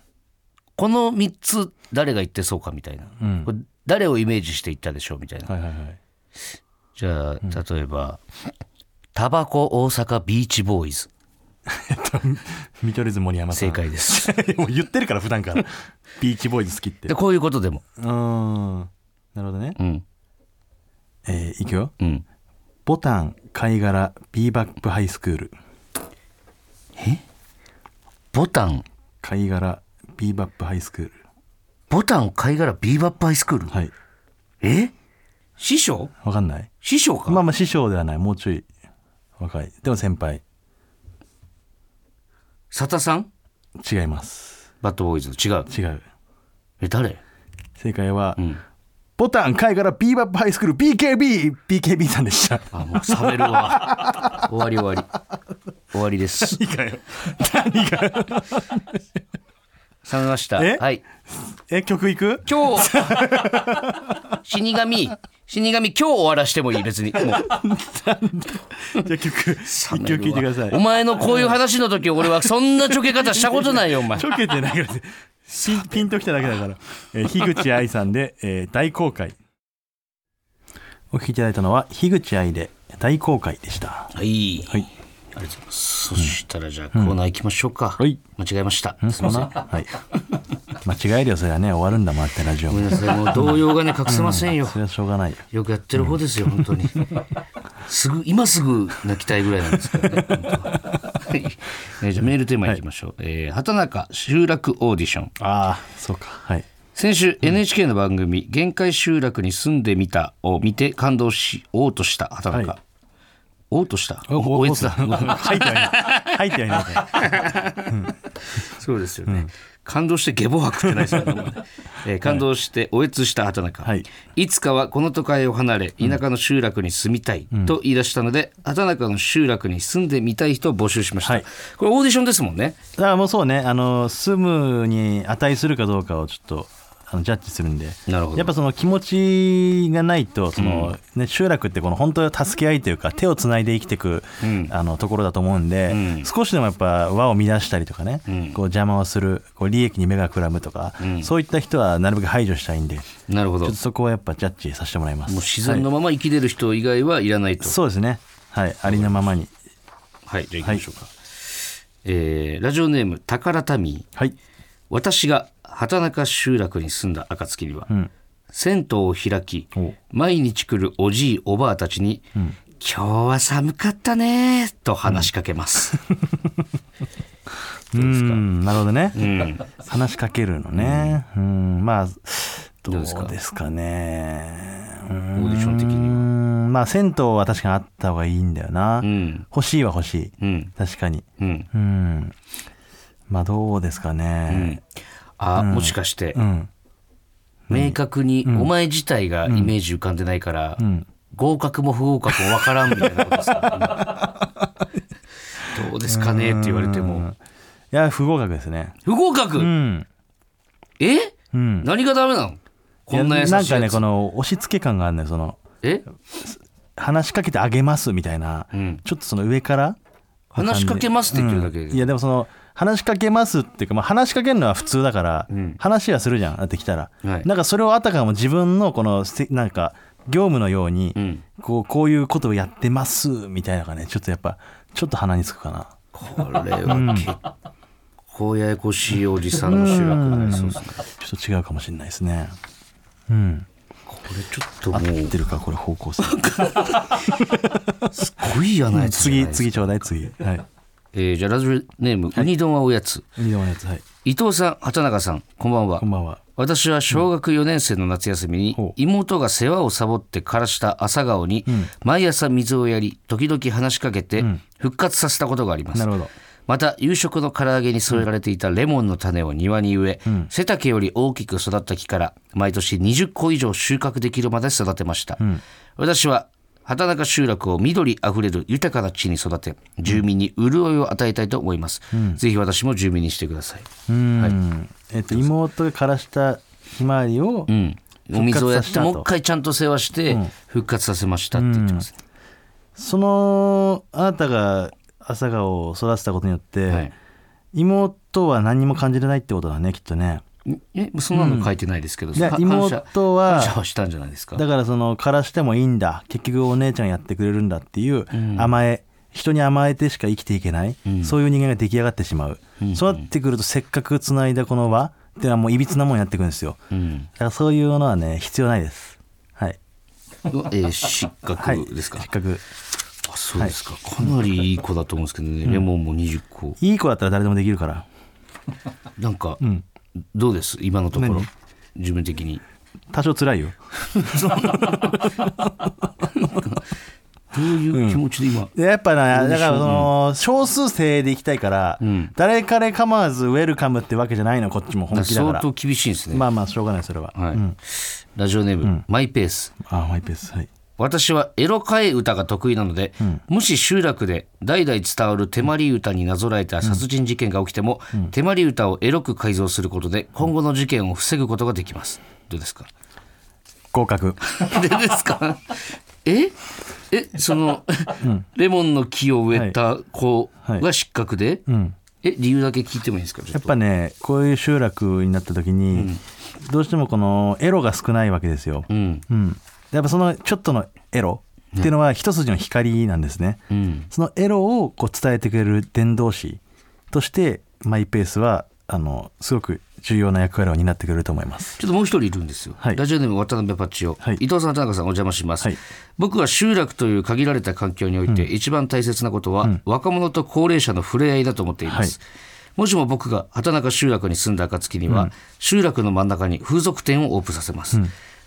この3つ誰が言ってそうかみたいな、
うん
これ誰をイメージして言ったでしょうみたいな、
はいはいはい
じゃあ例えば「タバコ大阪ビーチボーイズ」
えっと見取り図森山さん
正解です。
い やもう言ってるから普段からビーチボーイズ好きって
で、こういうことでも。
うんなるほどね
うん。
えー、いくよ
うん。
ボタン貝殻ビーバップハイスクール
ボタン、
貝殻ビーバップハイスクール
ボタン貝殻ビーバップハイスクール。
はい
え師匠
わかんない
師匠か、
まあまあ師匠ではないもうちょい若いでも先輩
佐田さん
違います
バッドボーイズ違う。
違う
え、誰
正解は、
ん
ボタン貝殻ビーバップハイスクール BKB BKB さんでした
あ、もう冷めるわ。 終わり終わり。終わりです。何かよ。何か冷めました。
え
はい。
え曲いく
今日、 死神、死神今日終わらしてもいい、別に。もう
じゃあ曲一曲聴いてください
お前のこういう話の時、俺はそんなちょけ方したことないよ、お前
ち。ょけてないからピンピンときただけだから、えー、樋口愛さんで、えー大公開お聴きいただいたのは樋口愛で大公開でした
はい。
はい
ありがとうございます。そしたらじゃあコーナー行きましょうか。
はい
間違えました。
ん
すいません。
はい間違えるよそれはね終わるんだ回ってラジオ
ご
も
めんなさい。もう動揺がね、隠せませんよ
そ。れはしょうがないよ
よくやってる方ですよ、本 当に。すぐ、今すぐ泣きたいぐらいなんですけどね。本当ははいえーじゃあメールテーマいきましょう。えー畑中集落オーディション。
ああそうかはい
先週 NHK の番組「限界集落に住んでみた」を見て感動しおうとした畑中、
はい
おうとしたおおやつだ
おお入ってはいない入ってはいないから
そうですよね。感動してゲボ吐くってないですよ ね。えー感動しておえつした畑中、
はい
い、つかはこの都会を離れ田舎の集落に住みたいと言い出したので、畑中の集落に住んでみたい人を募集しました、
はい
これオーディションですもんね
だからもうそうねあの住むに値するかどうかをちょっとあのジャッジするんで
なるほど
やっぱその気持ちがないとその、ね、集落ってこの本当に助け合いというか手をつないで生きていく、あのところだと思うんで、少しでもやっぱ輪を乱したりとかね、こう邪魔をするこう利益に目がくらむとか、そういった人はなるべく排除したいんでち
なるほど
ょっ
も
と
う
そこはやっぱジャッジさせてもらいます
自然のまま生きれる人以外はいらないと
そうですねはいありのままに
はいじゃあ行きましょうか、えーラジオネームタカラタミー
はい
私が畑中集落に住んだ暁には、銭湯を開き毎日来るおじいおばあたちに、今日は寒かったね」と話しかけます、
うんなるほどね、話しかけるのねうん、まあど
ど
う
う
で
ですす
か
か
ね
オーディション的に
う
は
んまあ銭湯は確かにあった方がいいんだよな、
うん
欲しいは欲しい、
うん
確かに
うん
うんまあどうですかね
あ、もしかして、
うん、
明確にお前自体がイメージ浮かんでないから、合格も不合格もわからんみたいなことですか どうですかねって言われても
いや不合格ですね
不合格、
うん
え
うん
何がダメなのこんな優しいや
やなん
つ
かねこの押し付け感があるねその
え
話しかけてあげますみたいな、
うん
ちょっとその上から
話しかけますって言ってるだけで
うんいやでもその話しかけますっていうか、まあ、話しかけるのは普通だから、
ん
話はするじゃんだってきたら、
はい
なんかそれをあたかも自分のこのせなんか業務のように、
ん
こうこういうことをやってますみたいなのがねちょっとやっぱちょっと鼻につくかな
これは結構ややこしいおじさんの集落になりそうですね。
ちょっと違うかもしれないですねうん
これちょっと
合
も
っ
う、
てるかこれ方 向性
すごい嫌なやつじゃないで
次
すか。
次ちょうだい次はい
えーじゃあラジオネーム、ウニ丼はおやつ。
二度目のやつはい
伊藤さん、畑中さん、こんばんは
こん。ばんは
私は小学4年生の夏休みに
ほう
妹が世話をサボって枯らした朝顔に毎朝水をやり時々話しかけて復活させたことがあります、
なるほど
また夕食の唐揚げに添えられていたレモンの種を庭に植え、背丈より大きく育った木から毎年20個以上収穫できるまで育てました、私は畑中集落を緑あふれる豊かな地に育て住民に潤いを与えたいと思います、ぜひ私も住民にしてください、
うん、えっと妹が枯らしたひまわりを、
うん、お水をやっ
復活させ
て
たと
もう一回ちゃんと世話して復活させましたって言ってます、ね
そのあなたが朝顔を育てたことによって、
はい
妹は何にも感じれないってことだねきっとね
えそんなの書いてないですけど、
いや
か
妹は
感謝感謝はしたんじゃないですか
だからその枯らしてもいいんだ結局お姉ちゃんやってくれるんだっていう甘え、人に甘えてしか生きていけない、そういう人間が出来上がってしまう、そうなってくるとせっかくつないだこの輪っていうのはもういびつなもんになってくるんですよ、
うん
だからそういうのはね必要ないですはい、
えー失
はい、
格ですか、
せっかく
あそうですか、かなりいい子だと思うんですけどね、レモンも20個
いい子だったら誰でもできるから
なんか、どうです今のところ
何
自分的に
多少辛いよ
どういう気持ちで今、
でやっぱな、
どうで
だ
しょう
からその、少数精鋭でいきたいから、
ん
誰彼構わずウェルカムってわけじゃないの、こっちも本気だか
相
ら。
当厳しいんですね、
まあまあ、しょうがない、それは。
はいラジオネーム、マイペース
あ、マイペース。はい。
私はエロ替え歌が得意なので、もし集落で代々伝わる手まり歌になぞらえた殺人事件が起きても、手まり歌をエロく改造することで今後の事件を防ぐことができますどうですか
合 格。
でですかええその、レモンの木を植えた子が失格で、
うん。
え理由だけ聞いてもいいですかちょ
や
っ
っ
と
ぱね、こういう集落になった時に、どうしてもこの、エロが少ないわけですよ。
うん
うん。やっぱその、ちょっとのエロっていうのは、一筋の光なんですね。
うん
そのエロをこう伝えてくれる伝道師として、マイペースは、あの、すごく重要な役割を担ってくれると思います。
ちょっともう一人いるんですよ、
はい
ラジオネーム渡辺パッチオ、
はい
伊藤さん田中さんお邪魔します、
はい
僕は集落という限られた環境において一番大切なことは、若者と高齢者の触れ合いだと思っています、もしも僕が畑中集落に住んだ暁には、集落の真ん中に風俗店をオープンさせます、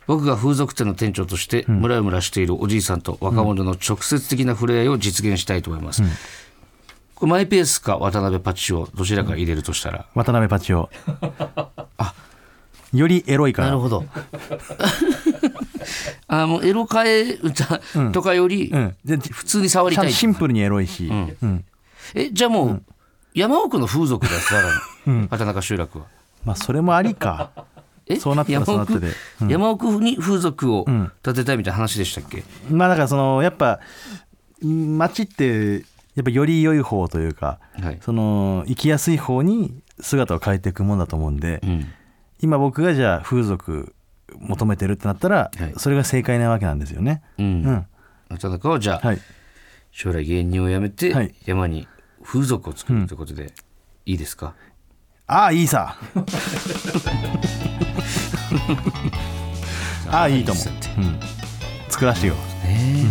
僕が風俗店の店長としてムラムラしているおじいさんと若者の直接的な触れ合いを実現したいと思います、これマイペースか渡辺パッチオどちらか入れるとしたら、
渡辺パチオ。よりエロいか
なる
ら。
ほど。 あもうエロ替え歌とかより
うん。で、
普通に触りたい。
シンプルにエロいし。うん。
えじゃあもう山奥の風俗ださらに畑中集落は。
まあ、それもありか。
え
そうなったらそうなったで
山奥山奥に風俗を建てたいみたいな話でしたっけ？
まあ、だから、その、やっぱ、街って、やっぱより良い方というか、
はい。
その、行きやすい方に姿を変えていくもんだと思うんで
う、ん。
今僕がじゃあ、風俗求めてるってなったら
はい、
それが正解なわけなんですよね。
う。
うんん。
畑中はじゃあ
はい。
将来芸人を辞め
は
て
い
山に風俗を作るということでいいですか？
ああ、いいさ。ああ、いい と思
さて
う。うん。作らせてよ。
ね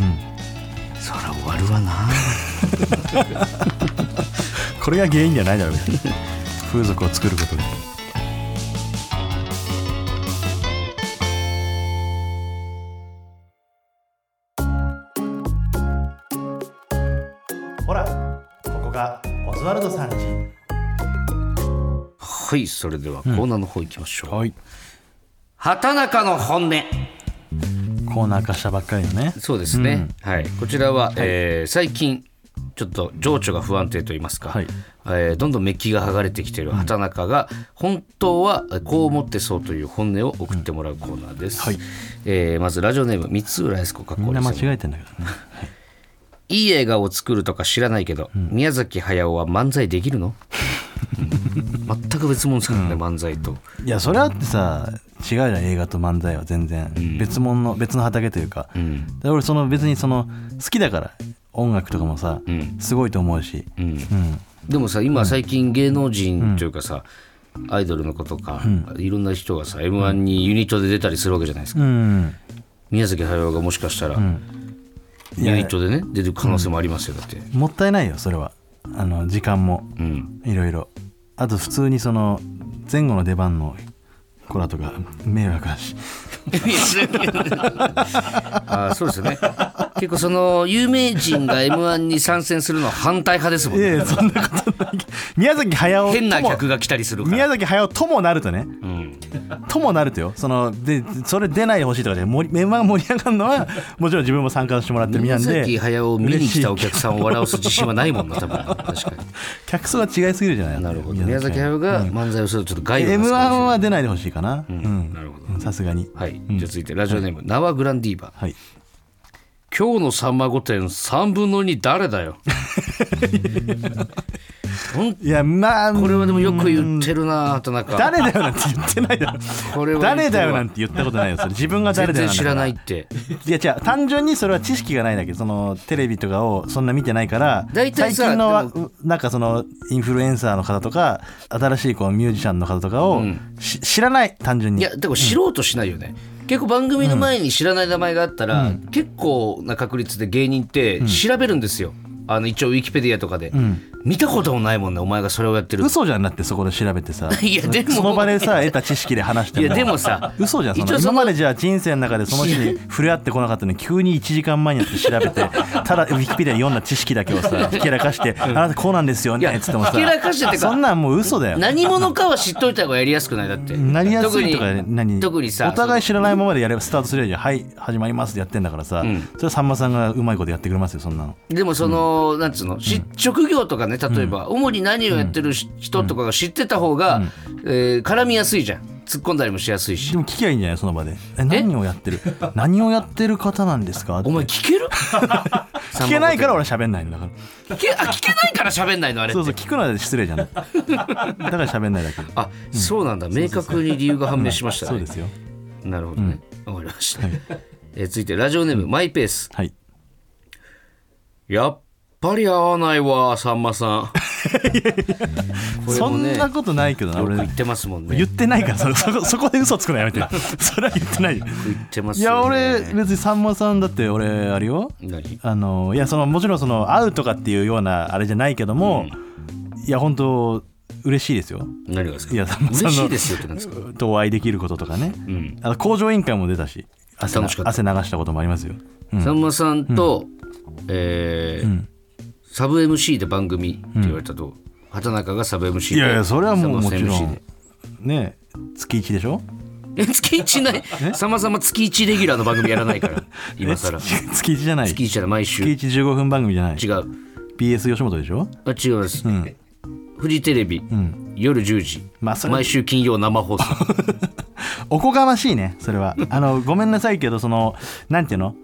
え。そら終わるわ な。
これが原因じゃないだろう 別に風俗を作ることでほらここがオズワルドさんち
はい、それではコーナーの方行きましょう。
はい
畑中の本音
コーナー化したばっかりのね
そうですね、はいこちらは、えー最近ちょっと情緒が不安定と言いますか、
はい
えーどんどんメッキが剥がれてきている畑中が本当はこう思ってそうという本音を送ってもらうコーナーです、
はい
えーまずラジオネーム三浦悦子かっ
み
こ
ん
い
ない間違えてんだけどね
いい映画を作るとか知らないけど、宮崎駿は漫才でき るのうん全く別物ですからね、漫才と
いやそれはってさ違うじゃん映画と漫才は全然、別物の別の畑というか、
うん
だから俺その別にその好きだから音楽とかもさ、
ん
すごいと思うし、
うん
うん、
でもさ今最近芸能人というかさ、アイドルの子とか、いろんな人がさ m 1にユニットで出たりするわけじゃないですか、
うん、
宮崎駿がもしかしたら、
いや
ユニットでね出る可能性もありますよだって、
もったいないよそれはあの時間も
うん、
いろいろあと普通にその前後の出番の子らとか迷惑だし
あーそうですよね結構その有名人が m 1に参戦するのは反対派ですもん
いやい
ね
やそんなことない宮崎駿とも
変な客が来たりするから
宮崎駿ともなるとね
うん
ともなるとよそのでそれ出ないでほしいとかじゃメンバーが盛り上がる のはもちろん自分も参加してもらってる身な
宮
んで
崎駿を見に来たお客さんを笑わす自信はないもんな多分確か
客層が違いすぎるじゃない
になるほど宮崎駿が漫才をするとちょっと害を
m
出すか
1
もしれない
は出ないでほしいかなう
うん
ん
なるほど
さすがに
はい、じゃあ続いてラジオネーム、ナワグランディーバ
はい
今日のさんま御殿3分の2誰だ よ本
いやまあ
当これはでもよく言ってるな田中
誰だよなんて言ってないだろ
これは言ってるわ
誰だよなんて言ったことないよそれ自分が誰
全
だ
然
よなん
知
だからら
ないって
いや違う単純にそれは知識がないだけそのテレビとかをそんな見てないから
大体さ
最近のわ
で
なんかそのインフルエンサーの方とか新しいこうミュージシャンの方とかを、し知らない単純
い
に
やでも知ろうとしないよね、結構番組の前に知らない名前があったら、結構な確率で芸人って調べるんですよ、あの一応ウィキペディアとかで、見たこともないもんねお前がそれをやってる
嘘じゃんなってそこで調べてさ
いやでも
その場でさ得た知識で話しても
いやでもさ
嘘じゃんそ
一応
の
その
今までじゃあ人生の中でその人 に触れ合ってこなかったのに急に1時間前にやって調べてただウィキペディア読んだ知識だけをさひけら かして、あなたこうなんですよ
いや
ねっつってもさ
ひけらかしてってか
そんなんもう嘘だよ
何者かは知っといた方がやりやすくないだって
なりやすいとか
特に
何
特にさ
お互い知らないままでやればスタートするやじゃんはい始まりますってやってんだからさ、それはさんまさんがうまいことやってくれますよそんなの
でもその、なんつうのし職業とかね例えば、主に何をやってるし人とかが知ってた方が、えー絡みやすいじゃん突っ込んだりもしやすいし
でも聞きゃいいんじゃないその場でえ何をやってる何をやってる方なんですかって
お前聞ける
聞けないから俺喋んないのだから
聞けあ聞けないから喋んないのあれって
そうそう聞くのは失礼じゃない だから喋んないだけ
あ、そうなんだ明確に理由が判明しましたね、
そうですよ
なるほどねわ、かりました、えー続いてラジオネーム、マイペース
はい
やっぱり合わないわさんまさ ん
そ
これも
ん
ね
なことないけどな
よく
俺
言ってますもんね
言ってないからそそこそこで嘘つくのや めてそれは言ってないよ
言ってます
いや
よね
俺別にさんまさんだって俺あれよ
何
あのいやそのもちろんその会うとかっていうようなあれじゃないけども、いや本当嬉しいですよ
何がですか
いやさんまさん
嬉
の
しいですよってなんですか
とお会いできることとかね、あの工場委員会も出たし汗な
楽しかった
汗流したこともありますよ
さんまさんと、えーサブ MC で番組って言われたと、畑中がサブ MC で
いやいやそれはもうもち
さんま
ろ
さ MC で
んね月1でしょ
え月一 ないさんまさんも月一レギュラーの番組やらないから今更
え
月
月月1じゃない
一じゃない毎週違
月
う
一15分番組じゃない
あ
BS 吉本でしょ
違います、フジテレビ、夜10時、
まあそれ
毎週金曜生 放送
おこがましいねそ れはあのごめんなさいけどそのなんていうの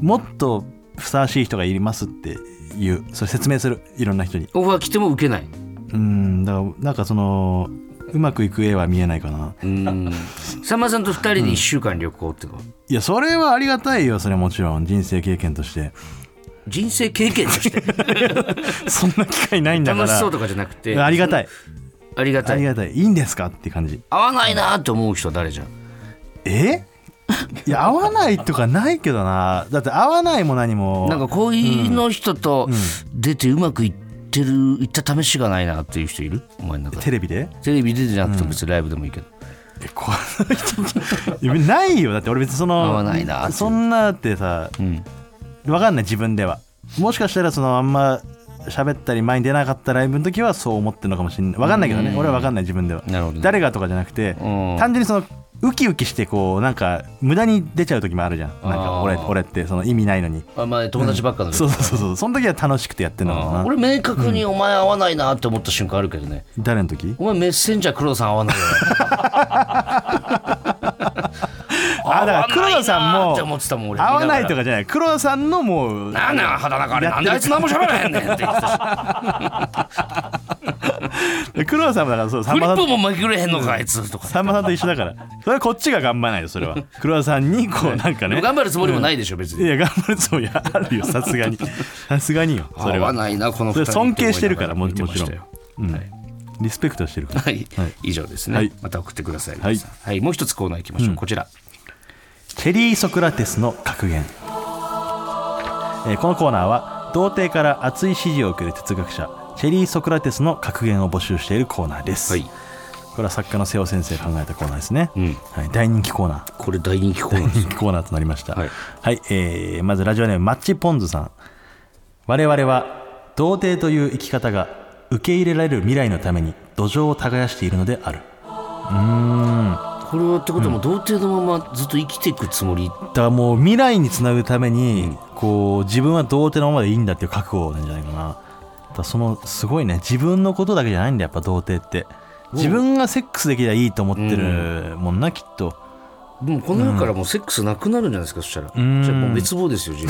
もっとふさわしい人がいますっていうそれ説明するいろんな人に
オファー来ても受けない
うんだからなんかそのうまくいく絵は見えないかな
うんさんまさんと2人で1週間旅行ってか、
いやそれはありがたいよそれはもちろん人生経験として
人生経験として
そんな機会ないんだから
楽しそうとかじゃなくて
ありがたい
ありが
あ
た
り
い
がたいいいんですかって感じ
合わないなーって思う人は誰じゃん
えいや合わないとかないけどなだって合わないも何も
なんか恋の人と出てうまくいってる、いった試しがないなっていう人いるお前の中で
テレビで
テレビ出てなくても別にライブでもいいけど、
えこの人いやないよだって俺別にその
合わないなって
そんなってさ、わかんない自分ではもしかしたらそのあんま喋ったり前に出なかったライブの時はそう思ってるのかもしれないわかんないけどね、俺はわかんない自分では
なるほどね
誰がとかじゃなくて、
うん
単純にそのウキウキしてこうなんか無駄に出ちゃう時もあるじゃんなんか俺
あー
俺ってその意味ないのに
あまあ友達ばっかの、
そうそうそうそうその時は楽しくてやってんのか
あ
な
ー俺明確にお前合わないなって思った瞬間あるけどね、
誰の 時
お前メッセンジャー黒田さん合わない よ
あだから黒田さん
合わないなー
も
って思ってたもん俺
合わないとかじゃない黒田さんのもう
なんなん肌中あれなんであいつ何も喋らへんねんって言ってたし
黒田さんもだからそうさ
ク
ん
リ
まさ
ッ
ん
プも巻きくれへんのかあいつ とか
さんまさんと一緒だからそれはこっちが頑張らないよそれは黒田さんにこうなんか
でも
ね
頑張るつもりもないでしょ別
い
に
や頑張るそういやあるよさすがにさすがによそ
合
れ
わ
は
ないなこの
そ
二
れ
人
尊敬してるからも
って思い
も
な
ち
が
ろ
ら
ん
見てましたよ、はい
リスペクトしてるから
はい、以上ですね、
はい
また送ってください、
はい
皆さんはい、もう一つコーナー行きましょう、こちら
チェリー・ソクラテスの格言、えーこのコーナーは童貞から熱い支持を受ける哲学者チェリー・ソクラテスの格言を募集しているコーナーです、
はい
これは作家の瀬尾先生が考えたコーナーですね、
ん
はい、大人気コーナー
これ大人気コーナーです
コーナーとなりました。
は
はいい、えーまずラジオネームマッチポンズさん。我々は童貞という生き方が受け入れられる未来のために土壌を耕しているのである。
これはってことはもう童貞のままずっと生きていくつもり、
だからもう未来につなぐために、こう自分は童貞のままでいいんだっていう覚悟なんじゃないかな。だからそのすごいね自分のことだけじゃないんだやっ ぱ童貞って。自分がセックスできりゃいいと思ってるもんな、きっと。
もうこの世からもうセックスなくなるんじゃないですかそしたらじゃあもう滅亡ですよ自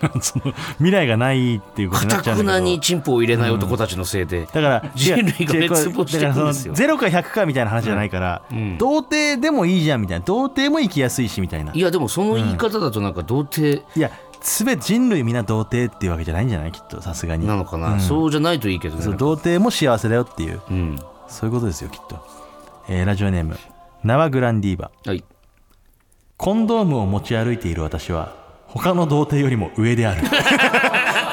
分
その未来がないっていうことにな
か
っちゃ
た
うん
く
だけど
なにチンポを入れない男たちのせいで
だから
人類が
違
滅
う
亡していくんですよ
だからその0か100かみたいな話じゃないから、童貞でもいいじゃんみたいな童貞も生きやすいしみたいない
いやでもその言い方だとなんか童貞
や全て人類みんな童貞っていうわけじゃないんじゃないきっとさすがに
なのかなそうじゃないといいけどね
そう童貞も幸せだよっていう
うん
そういうことですよきっと、えーラジオネームナワグランディーバ
はい
コンドームを持ち歩いている私は他の童貞よりも 上である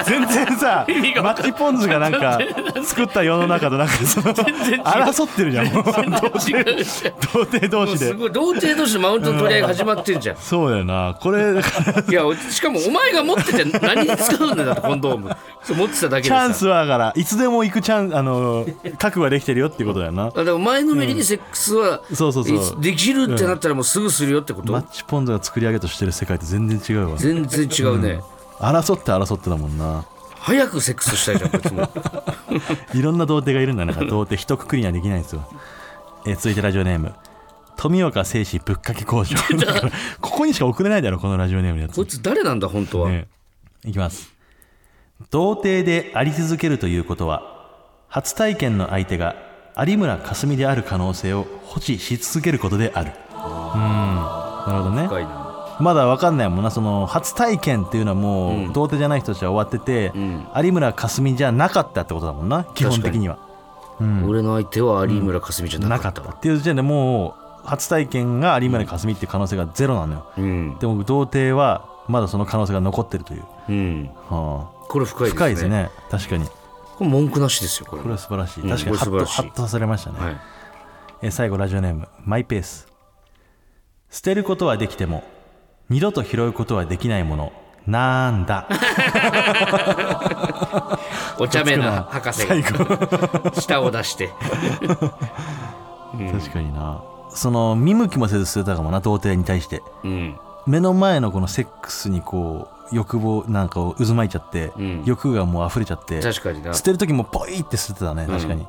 全然さマッチポンズがなんか作った世の中となんかその争ってるじゃんもう童貞
違う
童貞同士
す
で
ごい童貞同士のマウントの取り合いが始まってんじゃん
そうだよなこれ だから
いやしかもお前が持ってて何に使うんだよだってコンドームそう持ってただけで
チャ
さ
ンスはだからいつでも行くチャンあの覚悟はできてるよっていうことだよな
あでも前のめりにセックスは、
そうそうそう
いつできるってなったらもうすぐするよってこと、
マッチポンズが作り上げとしてる世界と全然違うわ
全然違うね、
争って争ってだもんな
早くセックスしたいじゃんこいつも
いろんな童貞がいるんだ ね。童貞一括りにはできないんですよ。えー続いてラジオネーム。富岡製紙ぶっかけ工場。だからここにしか送れないだろ、このラジオネームのやつ
こい。つ誰なんだ本当は、
ねいきます。童貞であり続けるということは、初体験の相手が有村架純である可能性を保持し続けることである。うん。なるほどね。
深いな
まだわかんないもんなその初体験っていうのはもう童貞じゃない人たちは終わってて、有村架純じゃなかったってことだもんな基本的には
俺の相手は有村架純じゃな
な
か
か
っ
ったた
わ
っていう時点でもう初体験が有村架純っていう可能性がゼロなのよ、
うん、
でも童貞はまだその可能性が残ってるという、
うん、
はあ
これ深いですね
深いですね確かにこ
これ文句なしですよこれ
れは素晴らしい
うん
確か
こ
に
れ素晴ら
ハッと
しい
ハッとされましたね、
はい、
えー最後ラジオネームマイペース捨てることはできても二度と拾うことはできないものなんだ
お茶目な
つく
博士が舌を出して
確かになその見向きもせず捨てたかもな童貞に対して
うん
目の前のこのセックスにこう欲望なんかを渦巻いちゃって、
うん
欲がもう溢れちゃって
確かに な
捨てる時もポイって捨ててたね確かに、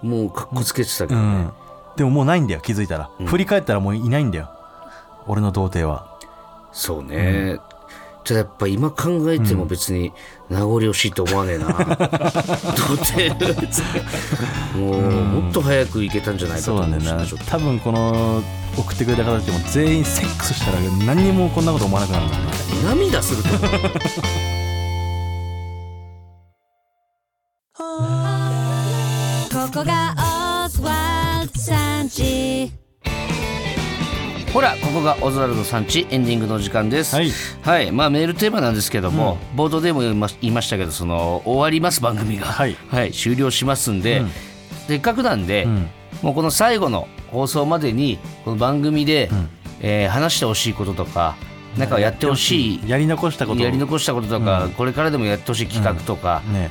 もうかっこつけてたけ
う
どね、
んでももうないんだよ気づいたら、振り返ったらもういないんだよ俺の童貞は
そうね、ただやっぱ今考えても別に名残惜しいと思わねえな、童貞もう、もっと早く行けたんじゃないかと
そうなん
思
だ
うし
よな
ちょっと
多分この送ってくれた方たちも全員セックスしたら何にもこんなこと思わなくなるんだよね
涙すると思う
ここがオズワルドさんち
ほらここがオズワルドさんちエンディングの時間です
はい、
はいまあ、メールテーマなんですけども、冒頭でも言いま言いましたけどその終わります番組が、
はい
終了しますんで、
うん
せっかくなんで、
うん
もうこの最後の放送までにこの番組で、
ん
えー話してほしいこととかなんかやってほしい
やり残したこと
やり残したこととか、これからでもやってほしい企画とか、
ね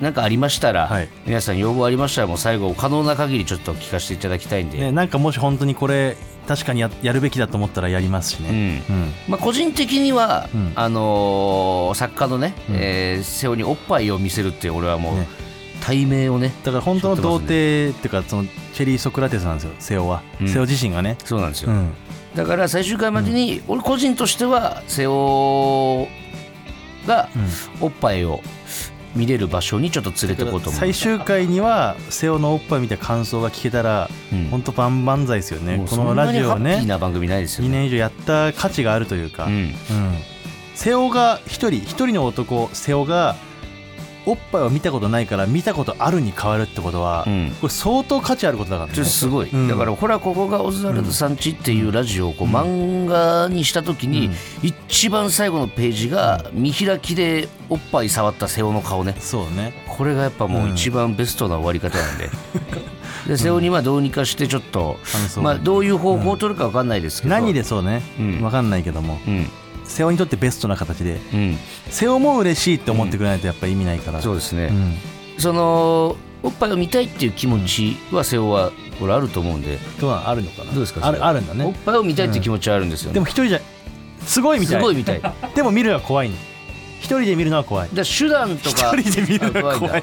なんかありましたら、
はい
皆さん要望ありましたらもう最後可能な限りちょっと聞かせていただきたいんで、
ねなんかもし本当にこれ確かにややるべきだと思ったらやりますし
う
ね
ん
うん
まあ、個人的には、
うん
あのー作家のね、えー瀬尾におっぱいを見せるって俺はもう、
ね
対面をね
だから本当の童貞っていうかそのチェリー・ソクラテスなんですよ瀬尾は、
うん
瀬尾自身がね、
そうなんですよ、
うん、
だから最終回までに、俺個人としては瀬尾がおっぱいを見れる場所にちょっと連れていこうと思う
最終回には瀬尾のおっぱい見た感想が聞けたら、
うん
本当万々歳ですよね
もう
このラジオ
そ
は
んなにハッピー
ね
な番組ないですよ
2
ね
年以上やった価値があるというか、
うん
うん瀬尾が1人1人の男瀬尾がおっぱいを見たことないから見たことあるに変わるってことは、
うん
これ相当価値あることだからね
ちょっとすごい、
うん
だからほらここがオズワルドさんちっていうラジオをこう漫画にした時に、一番最後のページが見開きでおっぱい触った瀬尾の顔ね
そうね
これがやっぱもう一番ベストな終わり方なん で,で、瀬尾にはどうにかしてちょっと、
感想をね
まあ、どういう方法を取るか分かんないですけど
何でそうね、
うん
分かんないけども
うん
瀬尾にとってベストな形で
うん
背負も嬉しいって思ってくれないとやっぱ意味ないから、
そうですね、
うん
そのおっぱいを見たいっていう気持ちは瀬尾はこれあると思うんで
どうなのあるのかな
どうですか
あ
それ
るあるんだ
おっ
ね
ぱいを見たいっていう気持ちはあるんですよね、
でも一人じゃすごいみたい
すごいみたいだか
でも見るのは怖いの一人で見るのは怖い
ら手段とか
一人で見るのは怖いわ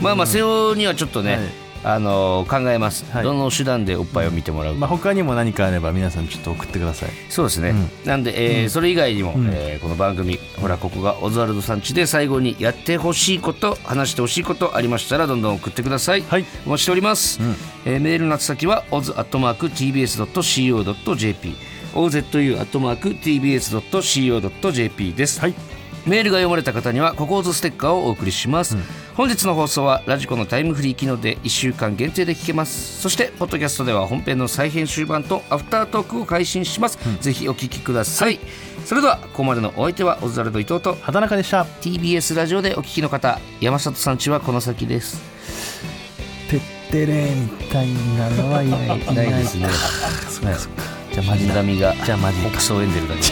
まあまあ瀬尾にはちょっとね、あの考えます、
はい
どの手段でおっぱいを見てもらうか、
まあ、他にも何かあれば皆さんちょっと送ってください
そうですね、なんで、えーそれ以外にも、えーこの番組ほらここがオズワルドさんちで最後にやってほしいこと話してほしいことありましたらどんどん送ってください、
はい
お待ちしております、えーメールの宛先は oz.tbs.co.jp ozu.tbs.co.jp です、
はい
メールが読まれた方にはココーズステッカーをお送りします、本日の放送はラジコのタイムフリー機能で1週間限定で聞けますそしてポッドキャストでは本編の再編集版とアフタートークを配信します、ぜひお聞きください、それではここまでのお相手はオズワルド伊藤と
畑中でした
TBS ラジオでお聞きの方山里さんちはこの先です
てってれみたいなのはいない
ない ですね
そっかそっかじゃあマジだ
神が
じゃあマジ
北総エンデルだけ